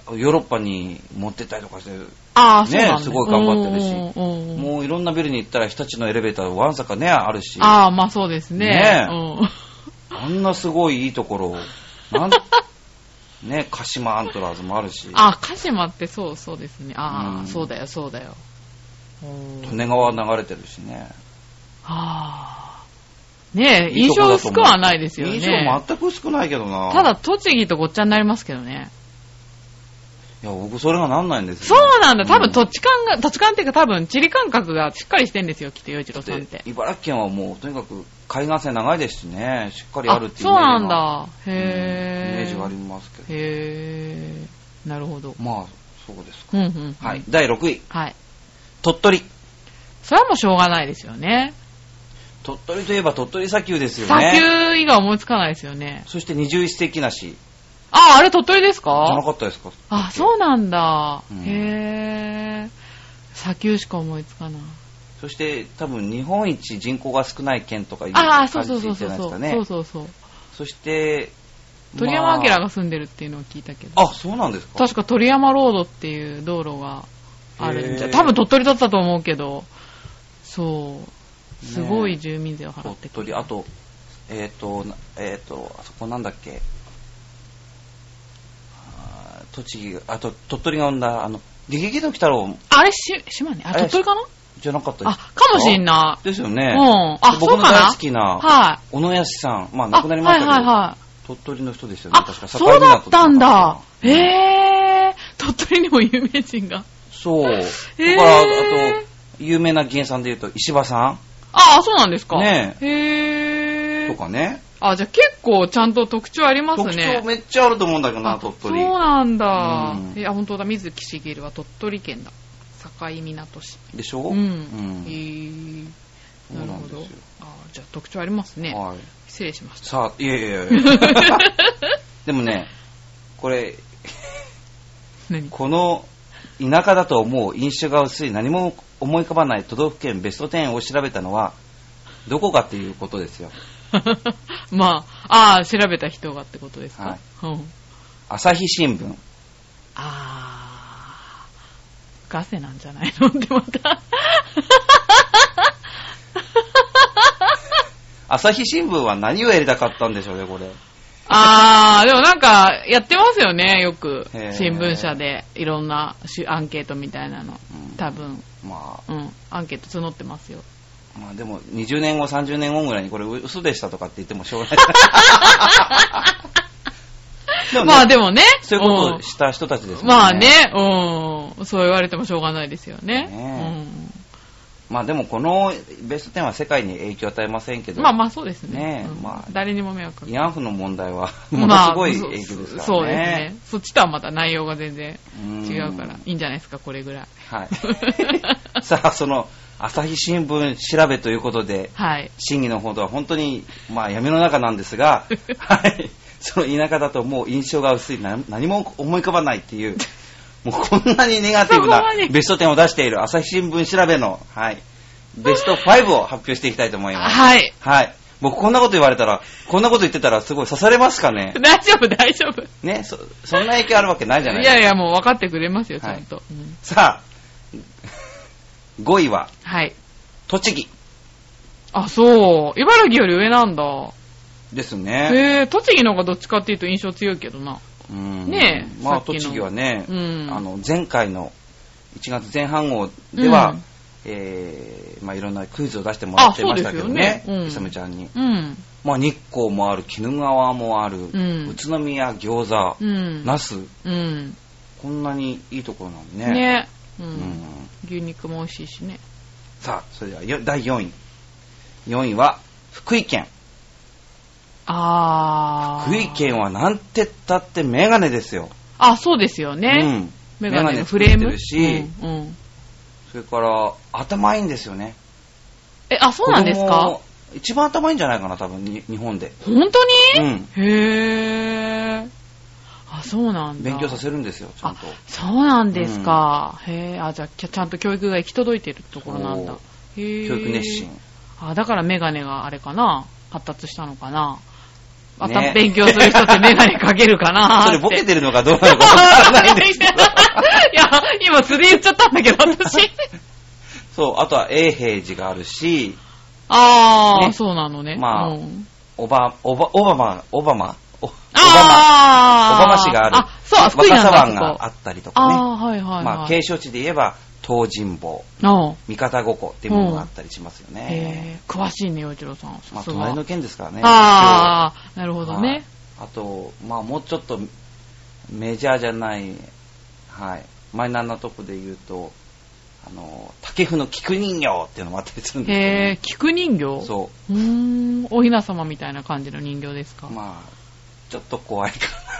Speaker 1: ヨーロッパに持ってったりとかして、
Speaker 2: あー、そうなんだ。
Speaker 1: ねすごい頑張ってるし
Speaker 2: うんうんうん
Speaker 1: もういろんなビルに行ったら日立のエレベーターわんさかね、あるし。
Speaker 2: あー、まあそうですね。
Speaker 1: ねえ
Speaker 2: うん
Speaker 1: あんなすごいいいところを、 なんね、鹿島アントラーズもあるし、
Speaker 2: あー、鹿島ってそうそうですね。
Speaker 1: う
Speaker 2: あ
Speaker 1: ん
Speaker 2: ー、そうだよ、そうだよ。うん
Speaker 1: 利根川流れてるしね。
Speaker 2: あー。ねえ、
Speaker 1: いい
Speaker 2: 印
Speaker 1: とこだと
Speaker 2: 象薄
Speaker 1: 思う
Speaker 2: くはないですよね。
Speaker 1: 印象全く少ないけどな。
Speaker 2: ただ、栃木とごっちゃになりますけどね。
Speaker 1: いや、僕それがなんないんです
Speaker 2: そ
Speaker 1: よ。
Speaker 2: うなんだ。多分、
Speaker 1: ん
Speaker 2: 土地感が、土地感っていうか多分、地理感覚がしっかりしてんですよ、きっと、洋一郎さんって
Speaker 1: で。茨城県はもう、とにかく海岸線長いですしね、しっかりあるっていう
Speaker 2: あそう
Speaker 1: イメージが
Speaker 2: なんだ。
Speaker 1: うん
Speaker 2: へ
Speaker 1: イ
Speaker 2: ー。
Speaker 1: メージがありますけど。
Speaker 2: へー。なるほど。
Speaker 1: まあ、そうですか。
Speaker 2: うんうんうん。
Speaker 1: はい。。第6位、
Speaker 2: はい。
Speaker 1: 鳥取。
Speaker 2: それはもうしょうがないですよね。
Speaker 1: 鳥取といえば鳥取砂丘ですよ
Speaker 2: 砂
Speaker 1: ね。
Speaker 2: 丘以外思いつかないですよね。
Speaker 1: そして21世紀梨。じ
Speaker 2: あ、あれ鳥取です
Speaker 1: ゃな
Speaker 2: か
Speaker 1: かったですか
Speaker 2: あ、そうなんだ。
Speaker 1: うん
Speaker 2: へー。砂丘しか思いつかない。
Speaker 1: そして多分日本一人口が少ない県とかいう
Speaker 2: あ
Speaker 1: 感
Speaker 2: あ、
Speaker 1: じ
Speaker 2: そうそうそう
Speaker 1: じ
Speaker 2: そ
Speaker 1: ゃ
Speaker 2: う
Speaker 1: ないで
Speaker 2: そ
Speaker 1: す
Speaker 2: う。
Speaker 1: か
Speaker 2: そ
Speaker 1: ね
Speaker 2: う。そうそう。
Speaker 1: そして、
Speaker 2: 鳥山明
Speaker 1: ま
Speaker 2: が住んでるっていうのを聞いたけど。
Speaker 1: あ、あ、そうなんですか
Speaker 2: 確か鳥山ロードっていう道路があるんじゃ、
Speaker 1: へー
Speaker 2: 多分鳥取だったと思うけど、そう。すごい住民税を払
Speaker 1: 鳥
Speaker 2: ってくる
Speaker 1: 取、あと、えっ、と、なえっ、と、あそこなんだっけ。あー栃木、あと鳥取が生んだ、あの、ゲゲゲの鬼太郎
Speaker 2: あれ、し、島ね。あ、
Speaker 1: あれ
Speaker 2: 鳥取かな
Speaker 1: じゃなかった
Speaker 2: あ、かもしんな
Speaker 1: ですよ
Speaker 2: い。
Speaker 1: ね。
Speaker 2: うん。あ、そう
Speaker 1: 僕
Speaker 2: か
Speaker 1: の
Speaker 2: な
Speaker 1: 大好きな、
Speaker 2: は
Speaker 1: 小野康さん、まあ
Speaker 2: い。
Speaker 1: 亡くなりましたけど、
Speaker 2: あはいはいはい。
Speaker 1: 鳥取の人ですよね、
Speaker 2: あ
Speaker 1: 確か。、
Speaker 2: そうだったんだ。
Speaker 1: え
Speaker 2: へぇー。鳥取にも有名人が。
Speaker 1: そう。だか
Speaker 2: へー
Speaker 1: ら、あと、有名な芸人さんで言うと、石破さん。
Speaker 2: ああ、そうなんですか。
Speaker 1: ね
Speaker 2: へえ。
Speaker 1: とかね。
Speaker 2: あ、じゃあ結構ちゃんと特徴あります
Speaker 1: 特徴
Speaker 2: ね。
Speaker 1: めっちゃあると思うんだけどな、鳥取。
Speaker 2: そうなんだ。
Speaker 1: うん
Speaker 2: いや、本当だ。水木しげるは鳥取県だ。境港市。
Speaker 1: でしょ
Speaker 2: うん。へ
Speaker 1: ん
Speaker 2: ー
Speaker 1: そう
Speaker 2: なる
Speaker 1: な
Speaker 2: ほ
Speaker 1: んで
Speaker 2: ど。
Speaker 1: すよ
Speaker 2: あーじゃあ特徴ありますね。
Speaker 1: はい。
Speaker 2: 失礼しました。
Speaker 1: さあ、いやいや いやいやでもね、これ、
Speaker 2: 何
Speaker 1: この田舎だと思う印象が薄い何も思い浮かばない都道府県ベスト10を調べたのはどこかっていうことですよ
Speaker 2: まあ、ああ、調べた人がってことですか。うん。
Speaker 1: 朝日新聞
Speaker 2: あー、ガセなんじゃないの ってまた。
Speaker 1: 朝日新聞は何をやりたかったんでしょうねこれ
Speaker 2: あー、でもなんか、やってますよね、よく
Speaker 1: へー。
Speaker 2: 新聞社で、いろんなしアンケートみたいなの
Speaker 1: うん。
Speaker 2: 多分、
Speaker 1: ま
Speaker 2: うん。アンケート募ってますよ。
Speaker 1: あまあでも20年後30年後ぐらいにこれ嘘でしたとかって言ってもしょう がないでもね
Speaker 2: まあでもね。
Speaker 1: そういうこと
Speaker 2: う
Speaker 1: を
Speaker 2: ん
Speaker 1: した人たちですもん
Speaker 2: まあね、うん。そう言われてもしょうがないですよね。
Speaker 1: ねまあでもこのベスト10は世界に影響を与えませんけ
Speaker 2: う
Speaker 1: ど
Speaker 2: ん。まあまあそうですね。
Speaker 1: ねえ
Speaker 2: うん
Speaker 1: まあ
Speaker 2: 誰にも迷惑かけない
Speaker 1: 慰安婦の問題 はもの
Speaker 2: ますあ
Speaker 1: ごい影響ですからね、
Speaker 2: そうそうですね。そっちとはまた内容が全然
Speaker 1: うん
Speaker 2: 違うから、いいんじゃないですか、これぐらい。
Speaker 1: はい。さあ、その、朝日新聞調べということで、
Speaker 2: はい。
Speaker 1: 審議の報道は本当に、まあ、闇の中なんです が、はい。その田舎だともう印象が薄い、な何も思い浮かばないっていう、もうこんなにネガティブ
Speaker 2: そ
Speaker 1: な
Speaker 2: こまで
Speaker 1: ベスト10を出している朝日新聞調べの、はい。ベスト5を発表していきたいと思います。
Speaker 2: はい。
Speaker 1: はい。僕こんなこと言われたら、こんなこと言ってたらすごい刺されますかね
Speaker 2: 大丈夫、大丈夫。
Speaker 1: ね、そ、そんな影響あるわけないじゃない
Speaker 2: い
Speaker 1: ですか
Speaker 2: やいや、もう分かってくれますよ、ちゃんと。うん
Speaker 1: さあ、5位は、
Speaker 2: はい。
Speaker 1: 栃木
Speaker 2: あ、そう。茨城より上なんだ。
Speaker 1: ですね。
Speaker 2: へえ、栃木の方がどっちかっていうと印象強いけどな。
Speaker 1: うん
Speaker 2: ねえ
Speaker 1: まあ、
Speaker 2: さっきの
Speaker 1: 栃木はね、
Speaker 2: うん
Speaker 1: あの、前回の1月前半号では、
Speaker 2: うん
Speaker 1: えーまあ、いろんなクイズを出してもらってましたけどね
Speaker 2: あ、そうですよねうん
Speaker 1: いさめちゃんに。
Speaker 2: うん。
Speaker 1: まあ、日光もある、鬼怒川もある、
Speaker 2: ん
Speaker 1: 宇都宮、餃子
Speaker 2: う、ん。
Speaker 1: 那須、
Speaker 2: うん。
Speaker 1: こんなにいいところなのね。
Speaker 2: ね。う。
Speaker 1: うんん
Speaker 2: 牛肉も美味しいしね。
Speaker 1: さあ、それではよ第4位。4位は、福井県。
Speaker 2: あー。
Speaker 1: 福井県はなんてったってメガネですよ。
Speaker 2: あ、そうですよ
Speaker 1: う
Speaker 2: ね。
Speaker 1: ん、
Speaker 2: メガネのフレー
Speaker 1: メガ
Speaker 2: ム。
Speaker 1: ネ作ってるし、
Speaker 2: うんうん。
Speaker 1: それから頭いいんですよね。
Speaker 2: え、あ、そうなんです
Speaker 1: 子
Speaker 2: か
Speaker 1: 供一番頭いいんじゃないかな、多分に日本で。
Speaker 2: 本当
Speaker 1: う
Speaker 2: に、
Speaker 1: ん。
Speaker 2: へー。あ、そうなんだ。
Speaker 1: 勉強させるんですよ、ちゃん
Speaker 2: あ
Speaker 1: と。、
Speaker 2: そうなんですか。へー。あ、じゃあ、ちゃちゃんと教育が行き届いてるところなんだ
Speaker 1: そう。
Speaker 2: へー。
Speaker 1: 教育熱心。。
Speaker 2: あ、だからメガネがあれかな。発達したのかな。また
Speaker 1: ね
Speaker 2: 勉強する人ってメガネかけるかな
Speaker 1: それボケてるのかどうな
Speaker 2: る
Speaker 1: のかわからないんです
Speaker 2: いや、今素で言っちゃったんだけど、私。
Speaker 1: そう、あとは永平寺があるし、
Speaker 2: あー、
Speaker 1: ね
Speaker 2: そうなのね。
Speaker 1: まあ
Speaker 2: うん
Speaker 1: オバ、オバ、オバマ、オバマ、オオバマ、
Speaker 2: あ
Speaker 1: オ
Speaker 2: ー
Speaker 1: バマ市がある。
Speaker 2: あ、そう、福井
Speaker 1: 若
Speaker 2: なん
Speaker 1: 狭湾
Speaker 2: だ、
Speaker 1: があ
Speaker 2: あ
Speaker 1: ったりとかね。
Speaker 2: あー、はいはいはい。
Speaker 1: まあ、景勝地で言えば、東尋坊、
Speaker 2: あー
Speaker 1: 三方五湖っていうものがあったりしますよね。
Speaker 2: へー詳しいね、洋一郎さん。
Speaker 1: ま
Speaker 2: さ
Speaker 1: あ、
Speaker 2: すが。
Speaker 1: 隣の県ですからね。
Speaker 2: ああ、なるほど
Speaker 1: はい
Speaker 2: ね。
Speaker 1: あと、まあ、もうちょっとメジャーじゃない、はい、マイナーなとこで言うと、あの、竹譜の菊人形っていうのもあったりするんですけど
Speaker 2: へ
Speaker 1: ね、
Speaker 2: え、菊人形。
Speaker 1: そう
Speaker 2: うーん、お雛様みたいな感じの人形ですか。
Speaker 1: う、まあ、ちょっと怖いか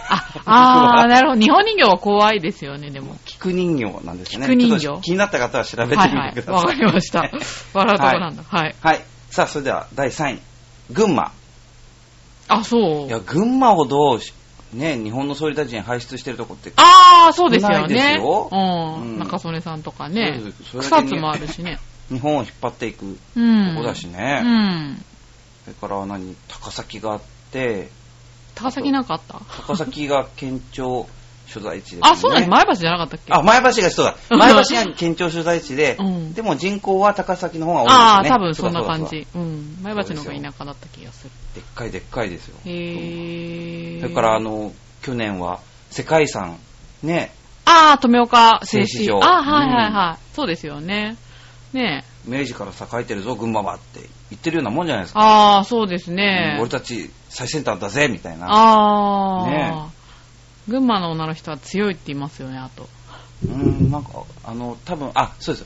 Speaker 2: あ、
Speaker 1: な。
Speaker 2: あー、
Speaker 1: 僕は
Speaker 2: なるほど。日本人形は怖いですよね、でも。
Speaker 1: 菊人形なんですよね。
Speaker 2: 菊人形
Speaker 1: ちょっと気になった方は調べてみ
Speaker 2: はいは
Speaker 1: て
Speaker 2: い
Speaker 1: く。だ
Speaker 2: わ
Speaker 1: さ
Speaker 2: か
Speaker 1: い。。
Speaker 2: りました笑うとこなんだ。はい。
Speaker 1: はい。さあ、それでは第3位。群馬。
Speaker 2: あ、そ
Speaker 1: いうや、。群馬ほど、ね、日本の総理大臣輩出してるとこって、
Speaker 2: ああ、そうですよ
Speaker 1: ないです
Speaker 2: ね。
Speaker 1: よ
Speaker 2: う
Speaker 1: うん
Speaker 2: ん。中曽根さんとか
Speaker 1: そ
Speaker 2: ね
Speaker 1: うです。それだ
Speaker 2: 草
Speaker 1: けに
Speaker 2: 津もあるしね。
Speaker 1: 日本を引っ張っていく
Speaker 2: うん。
Speaker 1: とこだし
Speaker 2: う
Speaker 1: ね。
Speaker 2: ん。
Speaker 1: それから何高崎があって、
Speaker 2: 高崎なんかあった
Speaker 1: 高崎が県庁所在地です、ね。
Speaker 2: あ、そうなんです前橋じゃなかったっけ
Speaker 1: あ、前橋がそうだ。前橋が県庁所在地で、
Speaker 2: うん
Speaker 1: でも人口は高崎の方が多いですね。
Speaker 2: ああ、多分そんな
Speaker 1: うだう
Speaker 2: 感
Speaker 1: だそうだ
Speaker 2: じ。うん。前橋の方が田舎だった気がする。
Speaker 1: でっかいでっかいですよ。
Speaker 2: へー。
Speaker 1: それから、あ、の、去年は世界遺産、ね、
Speaker 2: ああ、富岡
Speaker 1: 製糸
Speaker 2: 製糸
Speaker 1: 場
Speaker 2: 場。ああ、はいはいはい。そうですよね。ねえ。
Speaker 1: 明治から栄えてるぞ、群馬はって言ってるようなもんじゃないですか。
Speaker 2: ああ、そうです
Speaker 1: う
Speaker 2: ね
Speaker 1: ん。俺たち最先端だぜ、みたいな。
Speaker 2: ああ。
Speaker 1: ね
Speaker 2: 群馬の女の人は強いって言いますよね、あと。
Speaker 1: うん、なんか、あの、多分、あ、そうです。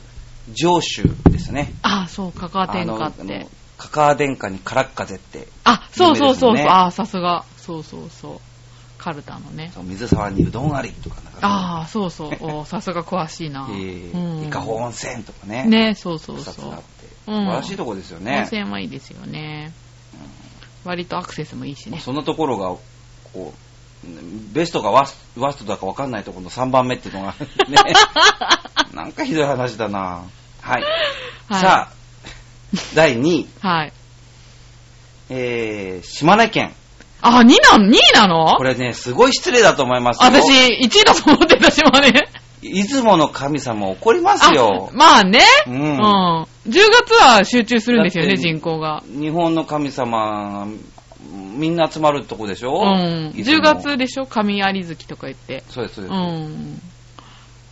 Speaker 1: 上州ですね。
Speaker 2: あ、そう、カカア天下っ
Speaker 1: あのあの
Speaker 2: て。
Speaker 1: カカア殿下にカラッカゼって、
Speaker 2: あ、そうそうそう
Speaker 1: 有名です
Speaker 2: そう。
Speaker 1: もんね
Speaker 2: あ、さすが。そうそうそう。カルタのね。
Speaker 1: そう水沢にうどんありとか、なんか
Speaker 2: ああ、そうそう。おーさすが詳しいな。
Speaker 1: えー、伊香保温泉とかね。
Speaker 2: ね、そうそう
Speaker 1: 草津
Speaker 2: そう
Speaker 1: があっ。て。素
Speaker 2: うん
Speaker 1: 晴らしいとこですよ
Speaker 2: 温
Speaker 1: ね。
Speaker 2: 泉はいいですよね。割とアクセスもいいし
Speaker 1: まあ
Speaker 2: ね。
Speaker 1: そんなところが、こう、ベストかワスワストだか分かんないところの3番目っていう のが、ね、なんかひどい話だなはい。
Speaker 2: はい
Speaker 1: さあ、第2位、
Speaker 2: はい。
Speaker 1: えー、島根県。
Speaker 2: あ、2なの ?2 なの
Speaker 1: これね、すごい失礼だと思いますよ。
Speaker 2: 私、1位だと思ってたしもね。
Speaker 1: 出雲の神様怒りますよ。
Speaker 2: まあね。
Speaker 1: う
Speaker 2: うんん。10月は集中するんですよ
Speaker 1: だ
Speaker 2: ね、
Speaker 1: って
Speaker 2: 人口が。
Speaker 1: 日本の神様、みんな集まるとこでしょ
Speaker 2: うん。
Speaker 1: 出雲
Speaker 2: 10月でしょ神有月とか言って。
Speaker 1: そうです、そう
Speaker 2: う
Speaker 1: です。うん
Speaker 2: ん。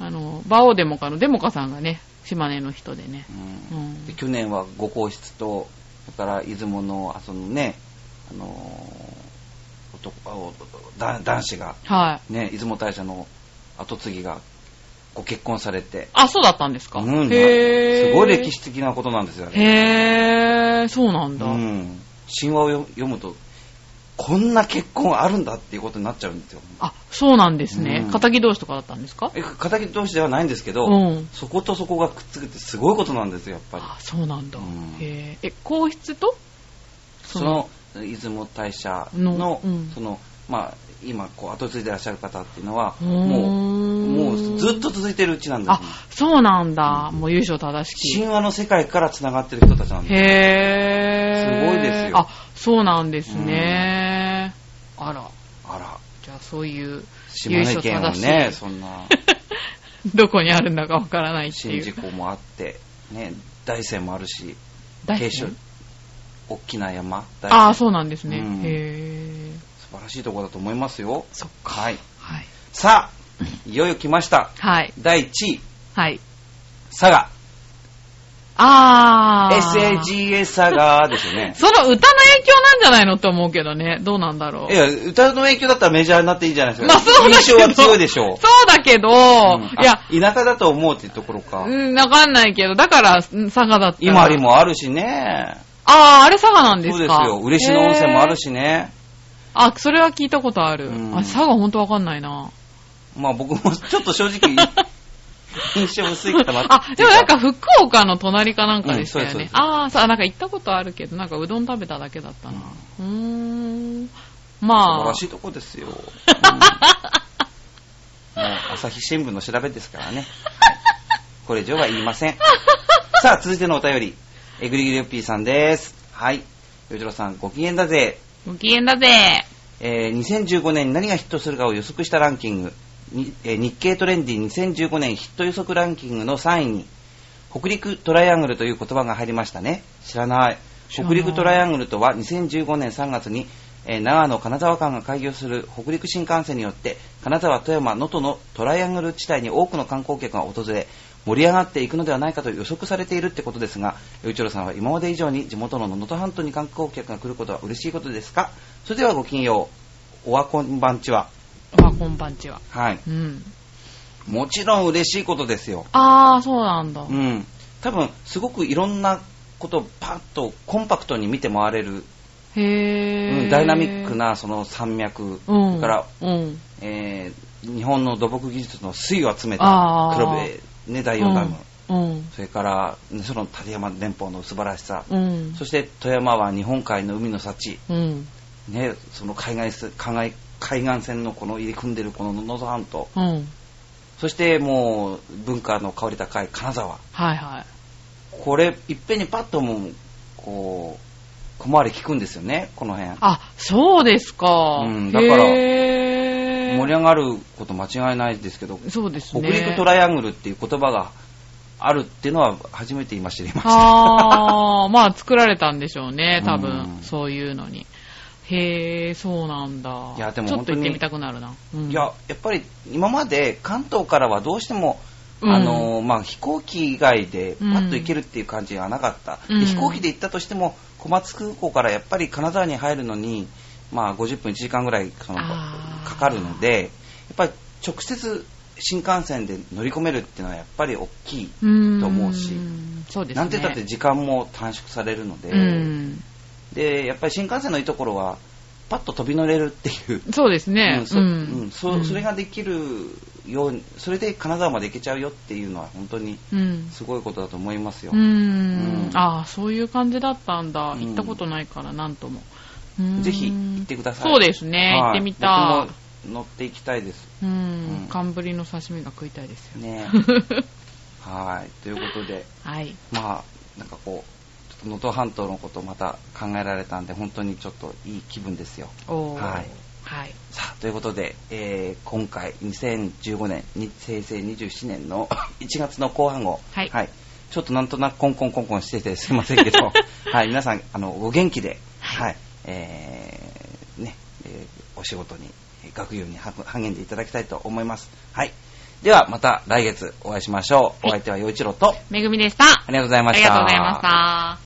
Speaker 2: あの、バオデモカのデモカさんがね、島根の人でね。うん
Speaker 1: で去年は五皇室と、だから出雲の、あそのね、あのー男あおだ男子が、
Speaker 2: はい。
Speaker 1: ね、出雲大社の跡継ぎがご結婚されて、
Speaker 2: あ、そうだったんですか。
Speaker 1: うん
Speaker 2: へー
Speaker 1: すごい歴史的なことなんですよ、あれ
Speaker 2: へー、そうなんだ。
Speaker 1: うん、神話を読読むと、こんな結婚あるんだっていうことになっちゃうんですよ。
Speaker 2: あ、そうなんですね。
Speaker 1: うん
Speaker 2: 敵同士とかだったんですか
Speaker 1: え敵同士ではないんですけど、
Speaker 2: うん。
Speaker 1: そことそこがくっつくってすごいことなんですよ、やっぱり。
Speaker 2: あ、そうなんだ。
Speaker 1: うん
Speaker 2: へーえ、皇室と
Speaker 1: その出雲大社の
Speaker 2: のうん
Speaker 1: そのまあ、今こう後継いでらっしゃる方っていうのは
Speaker 2: うー
Speaker 1: もうんもうずっと続いてるうちなんです
Speaker 2: あ
Speaker 1: ね、
Speaker 2: そうなんだ。もう優勝正しき。
Speaker 1: 神話の世界からつながってる人たちなんです
Speaker 2: へー
Speaker 1: すごいですよ
Speaker 2: あ、そうなんですね。あら、
Speaker 1: あら
Speaker 2: じゃあそういう
Speaker 1: 島
Speaker 2: 優
Speaker 1: 根
Speaker 2: 勝
Speaker 1: 県は
Speaker 2: 正しい、
Speaker 1: ねそん な
Speaker 2: どこにあるんだかわからないってい
Speaker 1: 宍
Speaker 2: う
Speaker 1: 道。湖もあって、ね、大山もあるし
Speaker 2: 大好き
Speaker 1: 景勝大きな山大
Speaker 2: あ
Speaker 1: 山
Speaker 2: あ、
Speaker 1: 素
Speaker 2: そうなんですね。
Speaker 1: うん
Speaker 2: へー
Speaker 1: 晴らしいところだと思いますよ
Speaker 2: そっか。
Speaker 1: はい
Speaker 2: はい。
Speaker 1: さあいよいよ来ました
Speaker 2: はい。
Speaker 1: 第1位
Speaker 2: はい。
Speaker 1: 佐賀
Speaker 2: あー。
Speaker 1: SAGA 佐賀ですよね
Speaker 2: その歌の影響なんじゃないのって思うけどね。どうなんだろ。
Speaker 1: いうや、歌の影響だったらメジャーになっていいじゃないですか。
Speaker 2: まあそうだけ
Speaker 1: 印象
Speaker 2: ど。
Speaker 1: は強いでしょう。
Speaker 2: そうだけど、
Speaker 1: うん
Speaker 2: いや、
Speaker 1: あ田舎だと思うっていうところか。
Speaker 2: うん、わかんないけど、だから、うん佐賀だったら。
Speaker 1: 今り。もあるしね。
Speaker 2: ああ、あれ佐賀なんで
Speaker 1: そう
Speaker 2: す
Speaker 1: です
Speaker 2: か。
Speaker 1: よ。嬉野温泉もある
Speaker 2: し。
Speaker 1: しね。
Speaker 2: あ、それは聞いたことある。
Speaker 1: うん
Speaker 2: あ佐賀ほんとわかんないな。
Speaker 1: まあ僕もちょっと正直、印象薄いかな
Speaker 2: あ、でもなんか福岡の隣かなんかでしたよ
Speaker 1: うんそうで
Speaker 2: ね
Speaker 1: す。そう
Speaker 2: ああ、そう、なんか行ったことあるけど、なんかうどん食べただけだったな。うーん。まあ
Speaker 1: ら、しいとこ ですよ。うんもう朝日新聞の調べですから ね。はいこれ以上は言いません。さあ、続いてのお便り。えぐりぐりよっぴーさんです。はい。よじろさん、ご機嫌だぜ。
Speaker 2: ご機嫌だぜ。
Speaker 1: えー2015年に何がヒットするかを予測したランキング、にえー日経トレンディ2015年ヒット予測ランキングの3位に、北陸トライアングルという言葉が入りましたね。知らない。
Speaker 2: 知らな
Speaker 1: 北
Speaker 2: い
Speaker 1: 陸トライアングルとは2015年3月に、えー長野金沢間が開業する北陸新幹線によって金沢富山能登のトライアングル地帯に多くの観光客が訪れ盛り上がっていくのではないかと予測されているってことですが与一郎さんは今まで以上に地元の能登半島に観光客が来ることは嬉しいことですかそれではごきげんようおはこんばんちは
Speaker 2: おはこんばんちは。
Speaker 1: はい
Speaker 2: うん。
Speaker 1: もちろん嬉しいことですよ
Speaker 2: ああ、そうなんだ。
Speaker 1: うん多分すごくいろんなことをパッとコンパクトに見て回れる、
Speaker 2: へえ、
Speaker 1: うんダイナミック、なその山脈、
Speaker 2: うん、
Speaker 1: それから
Speaker 2: うん。
Speaker 1: えー日本の土木技術の水を集めた
Speaker 2: あー
Speaker 1: 黒部、ね、第4ダム、
Speaker 2: うん。
Speaker 1: それからその立山連峰の素晴らしさ、
Speaker 2: うん。
Speaker 1: そして富山は日本海の海の幸、
Speaker 2: うん。
Speaker 1: ね、その海岸す海岸海岸線のこの入り組んでるこの能登半島
Speaker 2: うん。
Speaker 1: そしてもう文化の香り高い金沢
Speaker 2: はいはい。
Speaker 1: これいっぺんにパッともうこう小回り効くんですよねこの辺
Speaker 2: あ、そうですか。
Speaker 1: うんだから
Speaker 2: へー
Speaker 1: 盛り上がること間違いないですけど
Speaker 2: そうです
Speaker 1: 北
Speaker 2: ね。
Speaker 1: 陸トライアングルっていう言葉があるっていうのは初めて今知りました。
Speaker 2: ああ、まあ作られたんでしょうね、多分、
Speaker 1: うん
Speaker 2: そういうのに。へえ、そうなんだ。
Speaker 1: いやでも
Speaker 2: ちょっ
Speaker 1: 本
Speaker 2: と
Speaker 1: 当
Speaker 2: 行
Speaker 1: に
Speaker 2: ってみたくなるな。うん
Speaker 1: いや、やっぱり今まで関東からはどうしても、
Speaker 2: うん
Speaker 1: あのーまあ、飛行機以外でパッと行けるっていう感じがなかった、
Speaker 2: うん
Speaker 1: で飛行機で行ったとしても小松空港からやっぱり金沢に入るのに、まあ、50分1時間ぐらいその
Speaker 2: あー
Speaker 1: かかるのでやっぱり直接新幹線で乗り込めるっていうのはやっぱり大きい、
Speaker 2: うん
Speaker 1: と思うし
Speaker 2: そうですね。
Speaker 1: なんて言ったって時間も短縮されるので、
Speaker 2: うん。
Speaker 1: でやっぱり新幹線のいいところはパッと飛び乗れるっていう、
Speaker 2: そうです
Speaker 1: う
Speaker 2: ね
Speaker 1: ん。そうん
Speaker 2: う
Speaker 1: そ
Speaker 2: ん
Speaker 1: それができるようにそれで金沢まで行けちゃうよっていうのは本当に
Speaker 2: うん。
Speaker 1: すごいことだと思いますよ、
Speaker 2: う
Speaker 1: うん
Speaker 2: ん。ああ、そういう感じだったんだ。
Speaker 1: うん
Speaker 2: 行ったことないから、なんとも。うん
Speaker 1: ぜひ行ってください
Speaker 2: そうです
Speaker 1: は
Speaker 2: ね。
Speaker 1: い
Speaker 2: 行ってみたい。
Speaker 1: 僕も乗っていきたいです
Speaker 2: う
Speaker 1: うん
Speaker 2: ん。寒ぶりの刺身が食いたいですよ。
Speaker 1: ねはいということで
Speaker 2: はい。
Speaker 1: まあなんかこうちょっと能登半島のことをまた考えられたんで本当にちょっといい気分ですよ
Speaker 2: おー
Speaker 1: はい
Speaker 2: はい。
Speaker 1: さあということで、えー今回2015年に平成27年の 1月の後半を、
Speaker 2: はい
Speaker 1: ちょっとなんとなくコンコンコンコンしててすいませんけ ど、はい、皆さんあのお元気で、はいえーねえーお仕事に学業に励んでいただきたいと思います、はい、ではまた来月お会いしましょう、お
Speaker 2: はい
Speaker 1: 相手は陽一郎と
Speaker 2: めぐみでした。
Speaker 1: ありがとうござい
Speaker 2: あ
Speaker 1: まし
Speaker 2: り
Speaker 1: た
Speaker 2: がとうございました。